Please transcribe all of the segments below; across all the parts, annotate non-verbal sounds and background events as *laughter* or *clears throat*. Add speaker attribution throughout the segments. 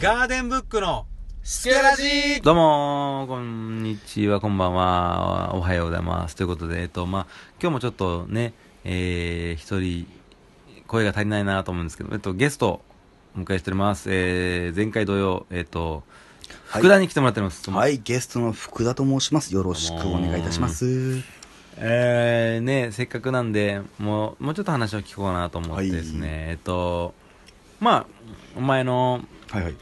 Speaker 1: ガーデンブックのスケラジー
Speaker 2: どうもーこんにちは、こんばんは、おはようございます。ということで、えっと、まあ、今日もちょっとね、えー、一人、声が足りないなと思うんですけど、えっと、ゲスト、お迎えしております。えー、前回同様、えっと、
Speaker 3: はい
Speaker 2: 福田に来てもらっております。
Speaker 3: はい、ゲストの福田と申します。よろしくお願いいたします。
Speaker 2: えー、ね、せっかくなんで、もう、もうちょっと話を聞こうかなと思ってですね、
Speaker 3: はい
Speaker 2: えっと、まあ、お前の、
Speaker 3: はいはい。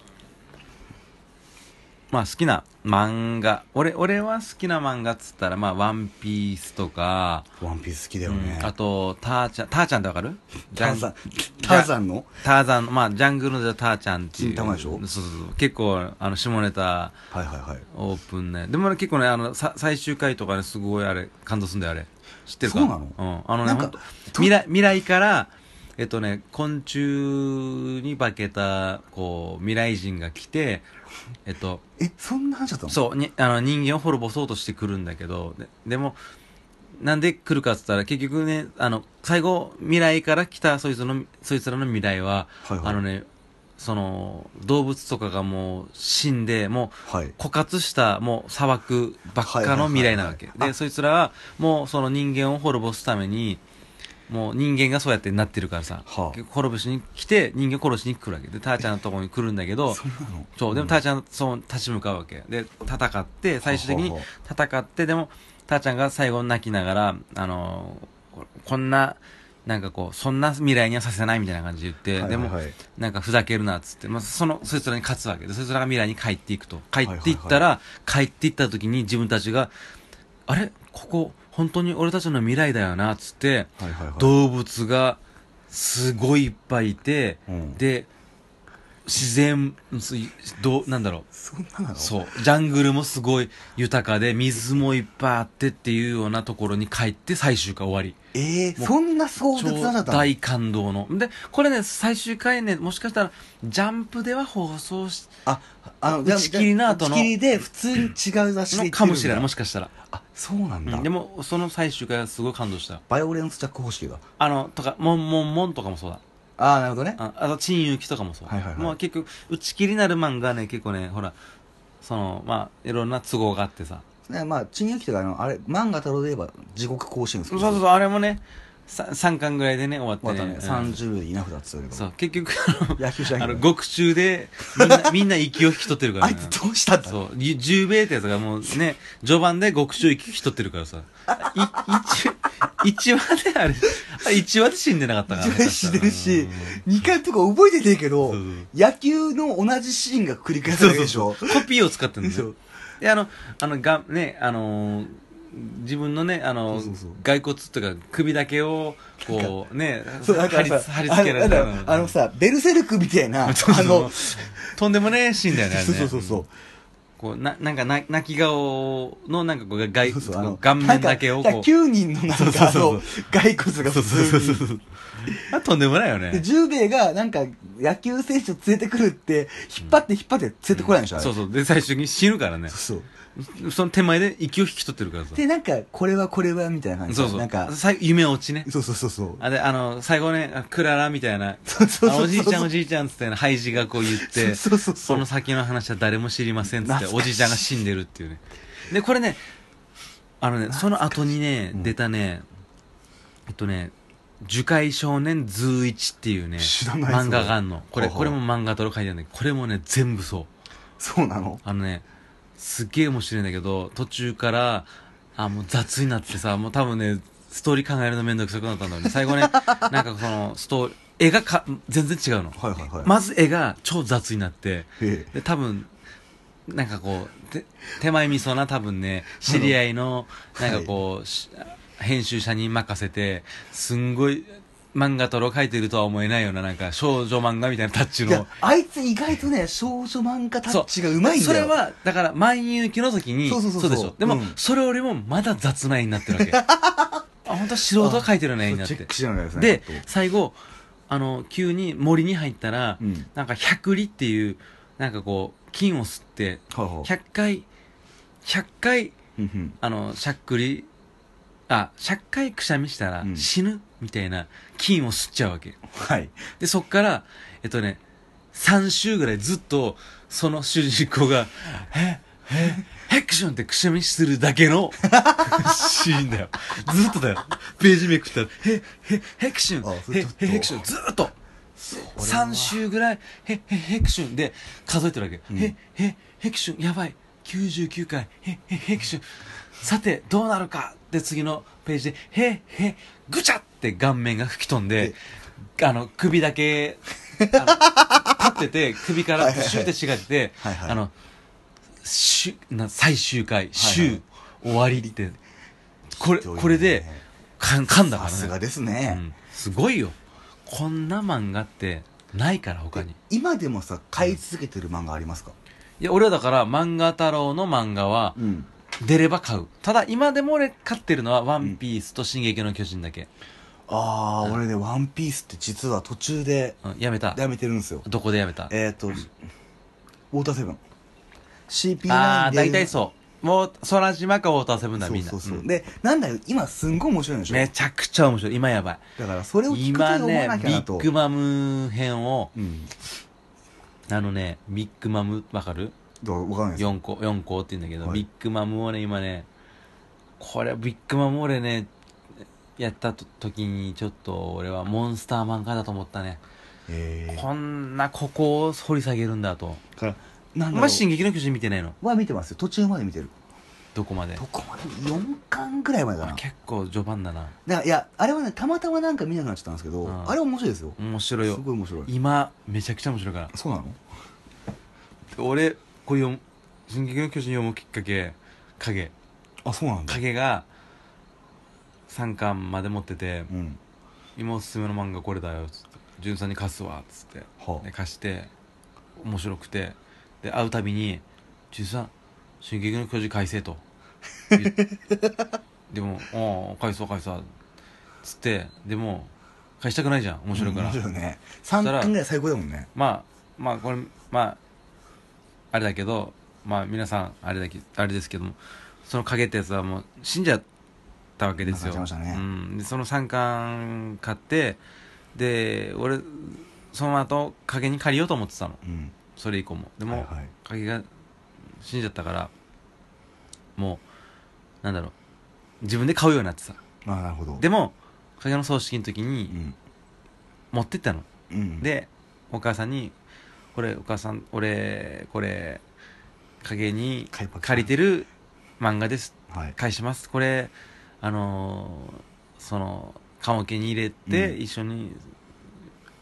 Speaker 2: まあ好きな漫画。俺、俺は好きな漫画っつったら、まあ、ワンピースとか、
Speaker 3: ワンピース好きだよね
Speaker 2: う。んあと、ターちゃん、ターちゃんってわかる
Speaker 3: ターザン、
Speaker 2: ジ
Speaker 3: タ
Speaker 2: ャン
Speaker 3: ーザンの
Speaker 2: ターザン、まあ、ジャングルのターちゃんっていう。
Speaker 3: 金玉でしょ
Speaker 2: そうそうそう。結構、あの、下ネタ、
Speaker 3: はいはいはい。
Speaker 2: オープンね。でもね、結構ね、あの、さ最終回とかね、すごいあれ、感動すんだよ、あれ。知ってるか
Speaker 3: そうなの
Speaker 2: うん。あのね、
Speaker 3: なん
Speaker 2: ほ
Speaker 3: か
Speaker 2: んと未来、未来から、えっとね、昆虫に化けた、こう、未来人が来て、えっと、
Speaker 3: え、そんな話だったの
Speaker 2: そうにあの人間を滅ぼそうとしてくるんだけどででもなんで来るかっつったら結局ねあの最後未来から来たそいつのそいつらの未来は、
Speaker 3: はいはい
Speaker 2: あのねその動物とかがもう死んでもう
Speaker 3: はい。
Speaker 2: 枯渇したもう砂漠ばっかの未来なわけ、
Speaker 3: はいはいはいはい
Speaker 2: でそいつらはもうその人間を滅ぼすためにもう人間がそうやってなってるからさ、
Speaker 3: はあ
Speaker 2: 結局滅ぼしに来て人間殺しに来るわけでターちゃんのところに来るんだけ
Speaker 3: *laughs*
Speaker 2: ど
Speaker 3: そんなの
Speaker 2: そう、でもターちゃん、そう、立ち向かうわけ。で、戦って、最終的に
Speaker 3: はは
Speaker 2: 戦って、でも、ターちゃんが最後泣きながら、あのーこんな、なんかこう、そんな未来にはさせないみたいな感じで言って、
Speaker 3: はいはいはい
Speaker 2: でも、なんかふざけるなっつって、まあ、その、そいつらに勝つわけで、そいつらが未来に帰っていくと。帰っていったら、帰っていった時に自分たちが、あれここ、本当に俺たちの未来だよな、っつって、
Speaker 3: はいはいはい。
Speaker 2: 動物がすごいいっぱいいて、
Speaker 3: うん
Speaker 2: で自然すいどうなんだろ
Speaker 3: そんななの
Speaker 2: うそうジャングルもすごい豊かで水もいっぱいあってっていうようなところに帰って最終回終わり
Speaker 3: えー、
Speaker 2: もう
Speaker 3: そんな壮絶な話だ
Speaker 2: 超
Speaker 3: ったの
Speaker 2: 大感動のでこれね最終回ねもしかしたらジャンプでは放送し
Speaker 3: あ、あの、
Speaker 2: 打ち切りの後の
Speaker 3: 打ち切りで普通に違う雑誌で言ってるん
Speaker 2: の
Speaker 3: だ
Speaker 2: かもしれないもしかしたら、
Speaker 3: あ、そうなん
Speaker 2: う
Speaker 3: だ
Speaker 2: ん、で。もその最終回はすごい感動した
Speaker 3: バイオレンスジャック方式だ。
Speaker 2: あのとか「もんもんもん」とかもそうだ
Speaker 3: あー、なるほどね。
Speaker 2: ああと、陳勇気とかもそう。
Speaker 3: はいはいはい
Speaker 2: もう結局、打ち切りなる漫画ね、結構ね、ほら、その、まあ、いろんな都合があってさ。
Speaker 3: ね、まあ、陳勇気とか、あの、あれ、漫画太郎で言えば地獄甲子園です
Speaker 2: そう
Speaker 3: けど。
Speaker 2: そうそう、あれもね、3, 巻ぐらいでね、終わって
Speaker 3: また
Speaker 2: ね。
Speaker 3: ね、
Speaker 2: うん
Speaker 3: 30でいなくなってたけど。
Speaker 2: そう、結局、
Speaker 3: 野球じゃ
Speaker 2: あの、
Speaker 3: な
Speaker 2: あの
Speaker 3: いけど
Speaker 2: 獄中で、みんな、みんな息を引き取ってるから
Speaker 3: *laughs* あ
Speaker 2: ね
Speaker 3: い。つどうしたんだ
Speaker 2: そう、ゆ十兵衛ってやつがもうね、序盤で獄中息引き取ってるからさ。い、一、一話であれ、あ一話で死んでなかったからね。
Speaker 3: 一話で死んでるし
Speaker 2: 確かうん
Speaker 3: 2回とか覚えてねえけど
Speaker 2: そうそう、
Speaker 3: 野球の同じシーンが繰り返されるでしょ。
Speaker 2: コピーを使ってるんです
Speaker 3: そ
Speaker 2: よ
Speaker 3: う。
Speaker 2: で、あの、あの、が、ね、あのー自分のね、あのー
Speaker 3: そうそうそう
Speaker 2: 骸骨というか首だけを、こう、ね、
Speaker 3: そう、なん
Speaker 2: 貼
Speaker 3: か
Speaker 2: り
Speaker 3: さ、
Speaker 2: 貼り付けられた
Speaker 3: あのあのあのさ、ベルセルクみたいな、あ
Speaker 2: *laughs*
Speaker 3: の、
Speaker 2: そうそう
Speaker 3: そう
Speaker 2: とんでもねえシーンだよね、あれね
Speaker 3: そうそうそう。
Speaker 2: こう、な、なんかな、泣き顔の、なんかこう、骸
Speaker 3: そうそうあの
Speaker 2: 顔面だけを
Speaker 3: なんか
Speaker 2: こう、
Speaker 3: 9人のなんか、あの、骸骨が普通に。
Speaker 2: あとんでもないよね
Speaker 3: で、。10兵衛が、なんか、野球選手を連れてくるって、引っ張って引っ張って連れてこないんでしょ、あれ
Speaker 2: そうそう。で、最終的に死ぬからね
Speaker 3: そ。うそう。
Speaker 2: その手前で息を引き取ってるからさ。
Speaker 3: で、なんか、これはこれは、みたいな感じで。
Speaker 2: そうそう。
Speaker 3: なんか、
Speaker 2: 最後夢落ちね。
Speaker 3: そうそうそうそう。
Speaker 2: あであの最後ねあクララみたいな
Speaker 3: そうそうそうそう
Speaker 2: あおじいちゃんおじいちゃんっつってねハイジがこう言って
Speaker 3: そうそうそうそう
Speaker 2: の先の話は誰も知りませんっつって
Speaker 3: 懐
Speaker 2: お
Speaker 3: かしい
Speaker 2: じいちゃんが死んでるっていうねでこれねあのねその後にね
Speaker 3: うん
Speaker 2: 出たねえっとね「樹海少年ズーイチ」っていうね
Speaker 3: 知らないぞ
Speaker 2: 漫画があんのこれ
Speaker 3: ほうほ
Speaker 2: こ
Speaker 3: う
Speaker 2: れも漫画と書いてあるんだけどこれもね全部そう
Speaker 3: そうなの
Speaker 2: あのね、すっげえ面白いんだけど、途中から、あ、もう雑になってさ、もう多分ね、ストーリー考えるのめんどくさくなったんだろうね。最後ね、 *laughs* なんかその、ストーリー、絵がか、全然違うの。
Speaker 3: はいはいはい。
Speaker 2: まず絵が超雑になって、
Speaker 3: ええ
Speaker 2: で、多分、なんかこう、て手前味噌な多分ね、知り合いの、なんかこう、し編集者に任せて、すんごい、漫画とろ描いてるとは思えないような、なんか少女漫画みたいなタッチ
Speaker 3: いや
Speaker 2: の、
Speaker 3: あいつ意外とね少女漫画タッチがうまいんだよ
Speaker 2: それはだから万有期の時に
Speaker 3: そうそうそう
Speaker 2: そ
Speaker 3: そうう
Speaker 2: でしょでも、
Speaker 3: うん
Speaker 2: それよりもまだ雑な絵になって
Speaker 3: *laughs*
Speaker 2: るわけあ本当素人が描いてるような絵になっ
Speaker 3: チ
Speaker 2: て
Speaker 3: ェックしながらですね
Speaker 2: で
Speaker 3: ちょっと
Speaker 2: 最後あの急に森に入ったら、
Speaker 3: うん
Speaker 2: なんか百里っていうなんかこう金を吸って
Speaker 3: はいはい
Speaker 2: 100回100回
Speaker 3: うんうん
Speaker 2: あのしゃっくりあしゃっかいくしゃみしたら
Speaker 3: うん
Speaker 2: 死ぬみたいな金を吸っちゃうわけ、
Speaker 3: はい
Speaker 2: でそっからえっとね3週ぐらいずっと、その主人公が、え、え、ヘクションってくしゃみするだけの *laughs* シーンだよ。ずっとだよ。ページめくったら、へ、へ、ヘクショ
Speaker 3: あ
Speaker 2: ン、
Speaker 3: それ
Speaker 2: へ
Speaker 3: ちょっ、と
Speaker 2: へ、ヘクション、ずっと。3週ぐらい、へ、へ、ヘクションで数えてるわけ。へ、へ、ヘクション、やばい。99回、へ、へ、ヘクション。さて、どうなるかで次のページで、へ、へ、ぐちゃって顔面が吹き飛んで、あの、首だけ、あの立ってて、首か
Speaker 3: は
Speaker 2: ら
Speaker 3: いはいはい
Speaker 2: シューって違って、
Speaker 3: はいはい
Speaker 2: あの、しゅな最終回、週、終わりって、これ、
Speaker 3: ひどいね
Speaker 2: これで、かん、噛んだから
Speaker 3: さ
Speaker 2: ね。
Speaker 3: すがです
Speaker 2: う
Speaker 3: ね、
Speaker 2: ん、すごいよこんな漫画ってないから他に
Speaker 3: 今でもさ買い続けてる漫画ありますか
Speaker 2: いや俺はだから漫画太郎の漫画は
Speaker 3: うん
Speaker 2: 出れば買うただ今でも俺買ってるのは「ワンピースと「進撃の巨人」だけ、
Speaker 3: ああ、俺ね「ワンピースって実は途中で
Speaker 2: うん、やめた
Speaker 3: やめてるんですよ
Speaker 2: どこでやめた
Speaker 3: えっ、ー、とウォーターセブン CP9 で
Speaker 2: ああ大体そうもう空島かウォーターセブンだ
Speaker 3: そ
Speaker 2: み
Speaker 3: うん
Speaker 2: な
Speaker 3: そうそう、
Speaker 2: うん
Speaker 3: でなんだよ今すんごい面白いんでしょ
Speaker 2: めちゃくちゃ面白い今やばい
Speaker 3: だからそれを聞くと
Speaker 2: 今
Speaker 3: 読ま
Speaker 2: ね
Speaker 3: なきゃ
Speaker 2: ビ
Speaker 3: なと
Speaker 2: ッグマム編を
Speaker 3: うん
Speaker 2: あのねビッグマムわかる
Speaker 3: どうわかんないです
Speaker 2: 4個四個って言うんだけど、
Speaker 3: はい
Speaker 2: ビッグマムをね今ねこれビッグマム俺ねやったと時にちょっと俺はモンスター漫画だと思ったね
Speaker 3: えー
Speaker 2: こんなここを掘り下げるんだと
Speaker 3: だからなん
Speaker 2: お
Speaker 3: だろ
Speaker 2: 前
Speaker 3: う
Speaker 2: 進撃の巨人見てないの
Speaker 3: は見てますよ途中まで見てる
Speaker 2: どこまで
Speaker 3: どこまで4巻ぐらい前だな
Speaker 2: あ結構序盤だな
Speaker 3: だからいやあれはねたまたまなんか見なくなっちゃったんですけど、
Speaker 2: うん
Speaker 3: あれは面白いですよ、
Speaker 2: 面白い
Speaker 3: す
Speaker 2: よ
Speaker 3: ごい面白い
Speaker 2: 今めちゃくちゃ面白いから
Speaker 3: そうなの
Speaker 2: 俺これ読む「進撃の巨人」読むきっかけ影
Speaker 3: あそうなんだ
Speaker 2: 影が3巻まで持ってて
Speaker 3: うん
Speaker 2: 今おすすめの漫画これだよつって「潤さんに貸すわ」っつって
Speaker 3: は
Speaker 2: で貸して面白くてで会うたびに「中さん進撃の巨人返せ」と言っでも「ああ返そう返そう」つってでも返したくないじゃん面白いから、
Speaker 3: 面白いね3
Speaker 2: そしたら
Speaker 3: 巻ぐらい最高だもんね
Speaker 2: まあまあこれまああれだけどまあ皆さんあれだけあれですけどもその影ってやつはもう死んじゃったわけですよ
Speaker 3: 亡くなっちゃいましたね
Speaker 2: うん、でその三巻買ってで俺その後影に借りようと思ってたの
Speaker 3: うん
Speaker 2: それ以降もでも、
Speaker 3: はいはい
Speaker 2: 影が死んじゃったからもうなんだろう自分で買うようになってた
Speaker 3: ああなるほど
Speaker 2: でも影の葬式の時
Speaker 3: う
Speaker 2: に
Speaker 3: ん
Speaker 2: 持ってったの、
Speaker 3: うん
Speaker 2: でお母さんに「これお母さん俺これ影に
Speaker 3: 買いパク
Speaker 2: 借りてる漫画です
Speaker 3: はい
Speaker 2: 返しますこれあのーその棺桶に入れて、
Speaker 3: うん
Speaker 2: 一緒に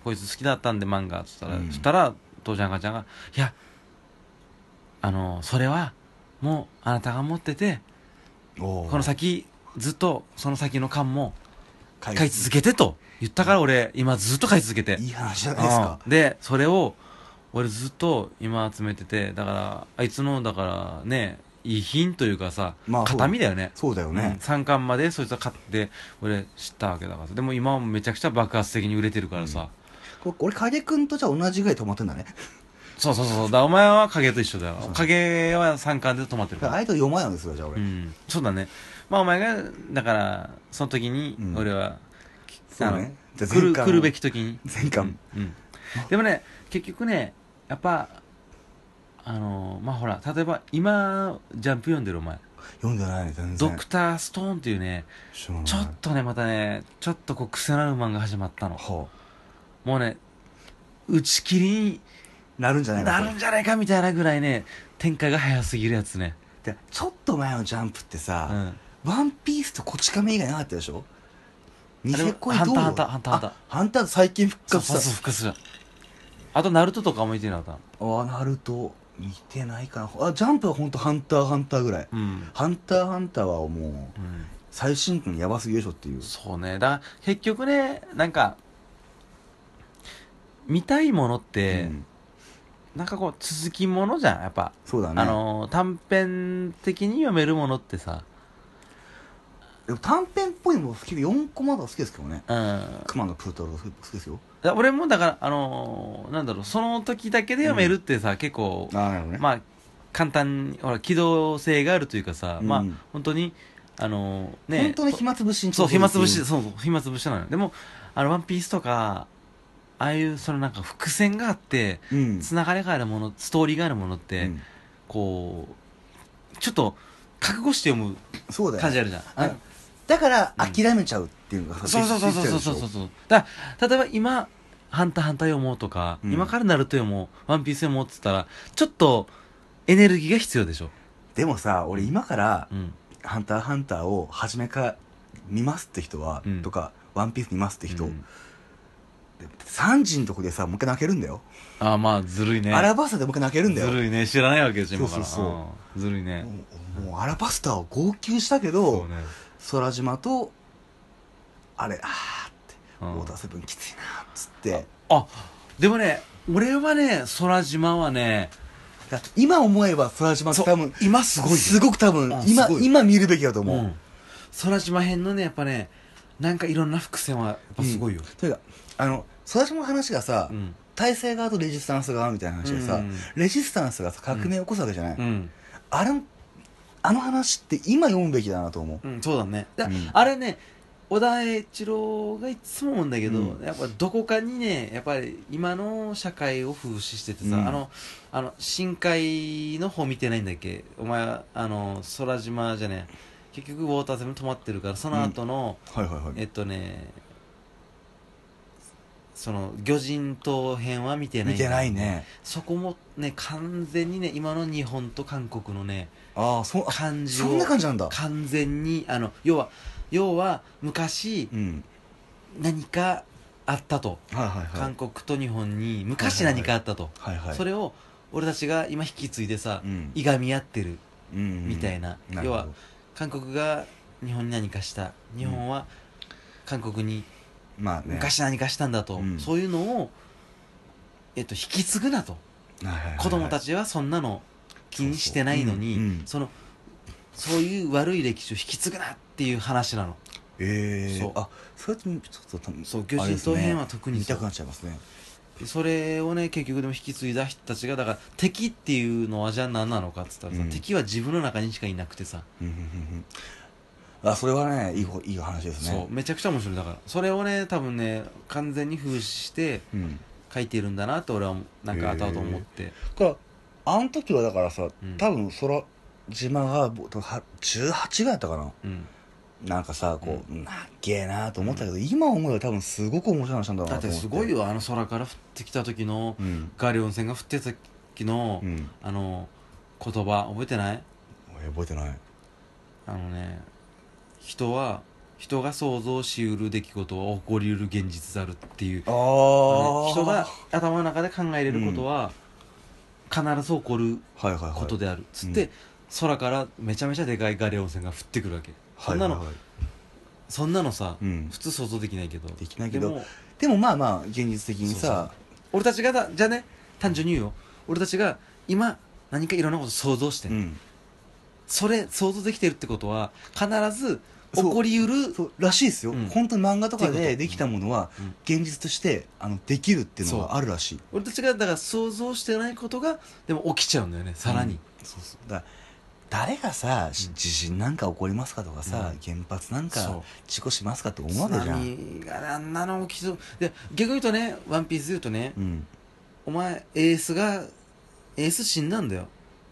Speaker 2: こいつ好きだったんで漫画っつったら、
Speaker 3: うん
Speaker 2: そしたら父ちゃん母ちゃんが「いやあのーそれはもうあなたが持ってて
Speaker 3: おー
Speaker 2: この先ずっとその先の缶も
Speaker 3: 買
Speaker 2: 買い続けて」と言ったから俺今ずっと買い続けて
Speaker 3: いい話じゃないですか
Speaker 2: うんでそれを俺ずっと今集めててだからあいつのだからね遺品というかさ、
Speaker 3: まあそう
Speaker 2: 形見だよね
Speaker 3: そうだよね
Speaker 2: 3巻までそいつは買って俺知ったわけだからさでも今はめちゃくちゃ爆発的に売れてるからさ、
Speaker 3: これ俺影くんとじゃあ同じぐらい止まってんだね
Speaker 2: そうそうそうだからお前は影と一緒だよ
Speaker 3: そう
Speaker 2: 影は3巻で止まってるか
Speaker 3: だから
Speaker 2: ら
Speaker 3: あいつ読まないんですよじゃあ
Speaker 2: う
Speaker 3: 俺
Speaker 2: んそうだねまあお前がだからその時に
Speaker 3: うん
Speaker 2: 俺は、
Speaker 3: そうねじゃあ
Speaker 2: 来る
Speaker 3: 前回
Speaker 2: 来るべき時に
Speaker 3: 前巻
Speaker 2: うんうんでもね結局ねやっぱあのーまあほら例えば今ジャンプ読んでるお前
Speaker 3: 読んでないね全然
Speaker 2: 「ドクター・ストーン」っていうね
Speaker 3: 知らない
Speaker 2: ちょっとねまたねちょっとこう癖のある漫画始まったの
Speaker 3: は
Speaker 2: もうね打ち切りに
Speaker 3: あなるんじゃないか
Speaker 2: な
Speaker 3: と
Speaker 2: るんじゃないかみたいなぐらいね展開が早すぎるやつね
Speaker 3: でちょっと前のジャンプって
Speaker 2: う
Speaker 3: さ、
Speaker 2: ん
Speaker 3: ワンピースとこち亀以外なかったでしょニセコイ
Speaker 2: あれ
Speaker 3: どう
Speaker 2: ハンターハンターハンター
Speaker 3: あハンター最近復
Speaker 2: そうそう
Speaker 3: 活した
Speaker 2: そう復活したあとナルトとかも見てなかっ
Speaker 3: ああなると見てないかなあジャンプは本当ハンターハンターぐらい、
Speaker 2: たうん、
Speaker 3: ハンターハンターはもう
Speaker 2: うん
Speaker 3: 最新刊やばすぎでしょっていう
Speaker 2: そうねだから結局ねなんか見たいものって、
Speaker 3: うん
Speaker 2: なんかこう続きものじゃんやっぱ、
Speaker 3: そうだね
Speaker 2: あのー短編的に読めるものってさ
Speaker 3: でも短編っぽいのも好きで4コマとか好きですけどね
Speaker 2: うん
Speaker 3: 熊野プートルとか好きですよ
Speaker 2: だ俺もだからあのーなんだろうその時だけで読めるってさ、結構
Speaker 3: ああなるほどね、
Speaker 2: まあ簡単にほら機動性があるというかさ、
Speaker 3: うん
Speaker 2: まあ本当にあのーね
Speaker 3: 本当に暇つぶしに
Speaker 2: そう暇つぶし
Speaker 3: です
Speaker 2: そうそう暇つぶしなのよでもあの「ワンピースとかああいうそのなんか伏線があって
Speaker 3: うん
Speaker 2: つながりがあるものストーリーがあるものって、
Speaker 3: うん
Speaker 2: こうちょっと覚悟して読む
Speaker 3: そうだよ
Speaker 2: 感じあるじゃん
Speaker 3: あのだから諦めちゃうっていうのがさ
Speaker 2: そうそうそう
Speaker 3: でき
Speaker 2: そう
Speaker 3: て
Speaker 2: そ
Speaker 3: る
Speaker 2: う
Speaker 3: でし
Speaker 2: そうそ
Speaker 3: ょ
Speaker 2: うだから例えば今「ハンターハンター」読もうとか、
Speaker 3: うん
Speaker 2: 今から「ナルト」読もう「ワンピース読もうっつったらちょっとエネルギーが必要でしょ、
Speaker 3: でもさ俺今から
Speaker 2: うん、
Speaker 3: 「ハンターハンター」を初めから見ますって人は、
Speaker 2: うん
Speaker 3: とか「ワンピース見ますって人、
Speaker 2: うん
Speaker 3: 3時のとこでさもう一回泣けるんだよ、
Speaker 2: ああまあずるいね
Speaker 3: アラバスタでもう一回泣けるんだよ
Speaker 2: ずるいね知らないわけでしょ今から
Speaker 3: そうそうそ
Speaker 2: うんずるいね
Speaker 3: もうもうアラバスタは号泣したけ
Speaker 2: そ
Speaker 3: ど
Speaker 2: うね
Speaker 3: 空島とあれあーって
Speaker 2: うん
Speaker 3: ウォーターセブンきついなーっつって
Speaker 2: あでもね俺はね空島はね
Speaker 3: だ今思えば空島って
Speaker 2: そう
Speaker 3: 多分
Speaker 2: 今すごいよ
Speaker 3: すごく多分
Speaker 2: うん
Speaker 3: 今
Speaker 2: すごい
Speaker 3: 今見るべきだと思
Speaker 2: も
Speaker 3: う、
Speaker 2: う空島編のねやっぱねなんかいろんな伏線はやっぱすごいよ、
Speaker 3: というかあの空島の話がさ、
Speaker 2: うん
Speaker 3: 体制側とレジスタンス側みたいな話でさ、
Speaker 2: うん
Speaker 3: レジスタンスがさ革命を起こすわけじゃない、
Speaker 2: うん
Speaker 3: あれあの話って今読むべきだなと思う
Speaker 2: うん、そうだねだ、
Speaker 3: うん
Speaker 2: あれね小田栄一郎がいつも思うんだけど、
Speaker 3: うん
Speaker 2: やっぱどこかにねやっぱり今の社会を風刺しててさ、
Speaker 3: うん
Speaker 2: あのあの深海の方見てないんだっけお前はあの空島じゃねえ結局ウォーターセブン止まってるからその後の、
Speaker 3: はいはいは
Speaker 2: えっとねその魚人島編は見てない
Speaker 3: 見
Speaker 2: んだ
Speaker 3: て
Speaker 2: よ
Speaker 3: ないね
Speaker 2: そこもね完全にね今の日本と韓国のね
Speaker 3: ああそあ
Speaker 2: 感じを
Speaker 3: そんな感じなんだ
Speaker 2: 完全にあの要は要は昔
Speaker 3: うん
Speaker 2: 何かあったと、
Speaker 3: はいはいは
Speaker 2: 韓
Speaker 3: い
Speaker 2: 国と日本に昔
Speaker 3: はいは
Speaker 2: 何
Speaker 3: いはい
Speaker 2: かあったと、
Speaker 3: はいはい
Speaker 2: それを俺たちが今引き継いでさ、
Speaker 3: うん
Speaker 2: いがみ合ってる
Speaker 3: うん
Speaker 2: みたいな、
Speaker 3: な
Speaker 2: 要
Speaker 3: るほど
Speaker 2: は韓国が日本に何かした日本は韓国に
Speaker 3: まあね
Speaker 2: 昔何かしたんだと、
Speaker 3: うん
Speaker 2: そういうのを、えっと、引き継ぐなと、子供た
Speaker 3: ち
Speaker 2: ちはそんなの気にしてないのに
Speaker 3: そうそううんうん
Speaker 2: そのそういう悪い歴史を引き継ぐなっていう話なの
Speaker 3: ええ
Speaker 2: そう
Speaker 3: あそれってちょっと多分
Speaker 2: そう魚人島編は特に
Speaker 3: 見
Speaker 2: そ
Speaker 3: た
Speaker 2: う
Speaker 3: くなっちゃいますね
Speaker 2: それをね結局でも引き継いだ人たちがだから敵っていうのはじゃあ何なのかっつったらさ、
Speaker 3: うん
Speaker 2: 敵は自分の中にしかいなくてさ、
Speaker 3: うんうんうんうんあそれはねいいほいい話です
Speaker 2: そ
Speaker 3: ね
Speaker 2: うめちゃくちゃ面白いだからそれをね多分ね完全に風刺して
Speaker 3: ううん
Speaker 2: 書いてるんだなって俺はなんか後々思って、
Speaker 3: だからあの時はだからさ、
Speaker 2: うん
Speaker 3: 多分空島がぼは18ぐらいだったかな
Speaker 2: うん、
Speaker 3: なんかさこう、なっげえなと思ったけど、今思えば多分すごく面白い話なんだろう
Speaker 2: だ
Speaker 3: な
Speaker 2: って
Speaker 3: と思って
Speaker 2: すごいよあの空から降ってきた時の、
Speaker 3: うん、
Speaker 2: ガリオン船が降ってた時の、
Speaker 3: うん、
Speaker 2: あの言葉覚えてない
Speaker 3: え覚えてない
Speaker 2: あのね人は人が想像しうる出来事は起こりうる現実であるっていう
Speaker 3: あ
Speaker 2: ね
Speaker 3: あ
Speaker 2: 人が
Speaker 3: は
Speaker 2: 頭の中で考えれることは必ず起こる
Speaker 3: いはいはい
Speaker 2: ことであるっつっ
Speaker 3: う
Speaker 2: て
Speaker 3: ん
Speaker 2: 空からめちゃめちゃでかいガレオン線が降ってくるわけそ
Speaker 3: はい
Speaker 2: ん
Speaker 3: は
Speaker 2: ない
Speaker 3: はい
Speaker 2: のそんなのさ
Speaker 3: うん
Speaker 2: 普通想像できないけど
Speaker 3: できないけど
Speaker 2: でも
Speaker 3: でもまあまあ現実的にさ
Speaker 2: 俺たちがだじゃあね単純に言うよ俺たちが今何かいろんなこと想像して
Speaker 3: うん
Speaker 2: それ想像できてるってことは必ず起
Speaker 3: そう
Speaker 2: こりうる
Speaker 3: そうらしいですよ、
Speaker 2: うん
Speaker 3: 本当に漫画と
Speaker 2: っ
Speaker 3: か
Speaker 2: ていうこ
Speaker 3: で
Speaker 2: と
Speaker 3: できたものは
Speaker 2: うん
Speaker 3: 現実としてあのできるっていうのがあるらしい
Speaker 2: 俺たちがだから想像してないことがでも起きちゃうんだよねさら
Speaker 3: うん
Speaker 2: に
Speaker 3: そうそうだ誰がさ、し
Speaker 2: うん
Speaker 3: 地震なんか起こりますかとかさ、
Speaker 2: うん
Speaker 3: 原発なん
Speaker 2: そ
Speaker 3: か
Speaker 2: う
Speaker 3: 事故しますかって思うわ
Speaker 2: 津
Speaker 3: けじゃん、
Speaker 2: 波があんなの起きそうで逆に言うとね「ワンピースで言うとね、
Speaker 3: うん、
Speaker 2: お前エースがエース死んだんだよ、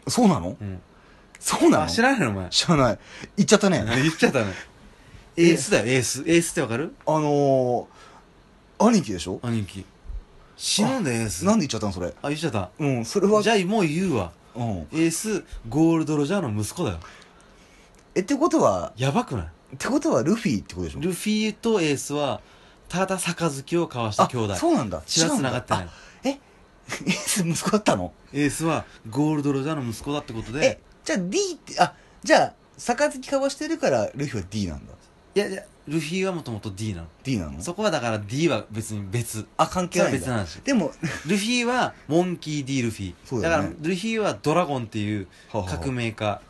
Speaker 3: そうなの
Speaker 2: うん、
Speaker 3: そうなの
Speaker 2: あ知らないのお前
Speaker 3: 知らない言っちゃったね
Speaker 2: 言っちゃ
Speaker 3: *laughs*
Speaker 2: ったねエースだよエースエースってわかる
Speaker 3: あのー、兄貴でしょ
Speaker 2: 兄貴死ぬんだよエースあ
Speaker 3: なんで言っちゃったのそれ
Speaker 2: 言っちゃった
Speaker 3: うんそれは
Speaker 2: じゃあもう言うわ
Speaker 3: うん、
Speaker 2: エースゴールド・ロジャーの息子だよ
Speaker 3: えってことは
Speaker 2: やばくない
Speaker 3: ってことはルフィってことでしょ
Speaker 2: ルフィとエースはただ杯を交わした兄弟
Speaker 3: あそうなんだ
Speaker 2: 血は
Speaker 3: 違うん
Speaker 2: 繋
Speaker 3: だ
Speaker 2: がってない
Speaker 3: あえ *laughs* エース息子だったの
Speaker 2: エースはゴールド・ロジャーの息子だってこと
Speaker 3: え
Speaker 2: で
Speaker 3: じゃあ D ってあじゃあ杯交わしてるからルフィは D なんだ
Speaker 2: いやいやルフィはもともと D なの
Speaker 3: D なの
Speaker 2: そこはだから D は別に別
Speaker 3: あ関係ないんだ
Speaker 2: それは別の話
Speaker 3: でも *laughs*
Speaker 2: ルフィはモンキー・ D ・ルフィ
Speaker 3: そうだ
Speaker 2: だ
Speaker 3: よ
Speaker 2: か
Speaker 3: ね
Speaker 2: らルフィはドラゴンっていう
Speaker 3: はあはあ
Speaker 2: 革命家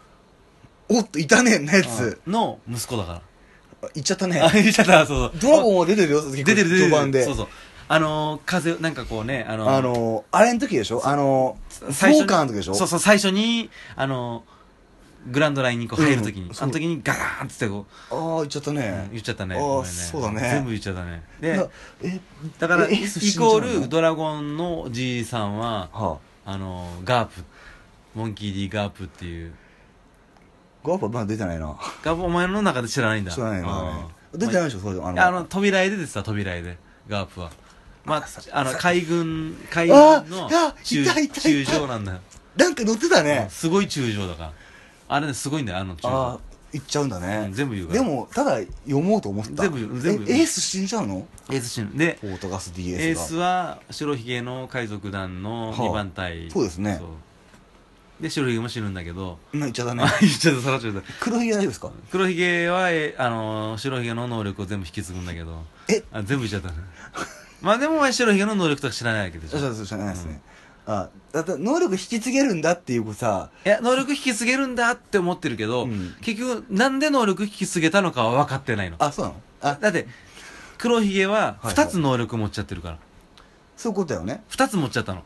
Speaker 3: おっといたねなやつ
Speaker 2: うんの息子だか
Speaker 3: 言っちゃった
Speaker 2: らあ
Speaker 3: ね
Speaker 2: 言っちゃったそうそう
Speaker 3: ドラゴンは出てるよ出
Speaker 2: 出てる出てる
Speaker 3: 序盤で
Speaker 2: そうそうあのー風なんかこうねあのー
Speaker 3: あのーあれの時でしょあのー
Speaker 2: 最初
Speaker 3: スモーカーの時でしょ
Speaker 2: そうそう最初にあのーグラウンドラインにこう入るときに、
Speaker 3: うんそう
Speaker 2: あの時にガラーンっつってこ
Speaker 3: ああ、言っちゃった
Speaker 2: う、
Speaker 3: ね。
Speaker 2: 言っちゃったね
Speaker 3: あー
Speaker 2: ごめんね
Speaker 3: そうだね
Speaker 2: 全部言っちゃったねで
Speaker 3: なえ、
Speaker 2: だから
Speaker 3: え
Speaker 2: イ
Speaker 3: えそれ死んじゃ
Speaker 2: コ
Speaker 3: うの
Speaker 2: ールドラゴンのじいさんは
Speaker 3: はあ、
Speaker 2: あのガープモンキー D ガープっていう
Speaker 3: ゴーパーまだ出てないな。
Speaker 2: ガープお前の中で知らないんだ
Speaker 3: 知らない
Speaker 2: あ
Speaker 3: な。
Speaker 2: ー
Speaker 3: 出てないでしょ、それ。あ
Speaker 2: いやあの扉絵で出てた扉絵でガープはまああの海軍海軍
Speaker 3: あ
Speaker 2: の
Speaker 3: あ
Speaker 2: 中
Speaker 3: いたいた
Speaker 2: 中
Speaker 3: いた
Speaker 2: 将なんだよ
Speaker 3: なんか乗ってたね。
Speaker 2: すごい中将だからあれねすごいんだよあの中
Speaker 3: ああ
Speaker 2: 将、
Speaker 3: 行っちゃうんだ
Speaker 2: う
Speaker 3: ね
Speaker 2: ん。全部言うから
Speaker 3: でも、ただ読もうと思った。
Speaker 2: 全部言う全部
Speaker 3: え
Speaker 2: 言う
Speaker 3: エース死んじゃうの
Speaker 2: エースチームで
Speaker 3: ポートガス
Speaker 2: エ
Speaker 3: DS
Speaker 2: ー
Speaker 3: が。
Speaker 2: スは白ひげの海賊団の
Speaker 3: はあ
Speaker 2: 2番隊、
Speaker 3: そうですね
Speaker 2: そうで白ひげも死ぬんだけど
Speaker 3: 今行っちゃったね
Speaker 2: あ。 *laughs* 言っちゃったさらっちゃった
Speaker 3: 黒ひげないですか
Speaker 2: 黒ひげはえあの白ひげの能力を全部引き継ぐんだけど
Speaker 3: え
Speaker 2: あ全部言っちゃったまあでもお前白ひげの能力とか知らないわけでし
Speaker 3: そう
Speaker 2: ょ
Speaker 3: そうそう、ないですね。あ、だって能力引き継げるんだっていうさ、
Speaker 2: いや能力引き継げるんだって思ってるけど、
Speaker 3: うん
Speaker 2: 結局なんで能力引き継げたのかは分かってないの
Speaker 3: あ、そうなのあ、
Speaker 2: だって黒ひげは
Speaker 3: はい
Speaker 2: 2つ能力持っちゃってるから、
Speaker 3: そういうことだよね。
Speaker 2: 2つ持っちゃったの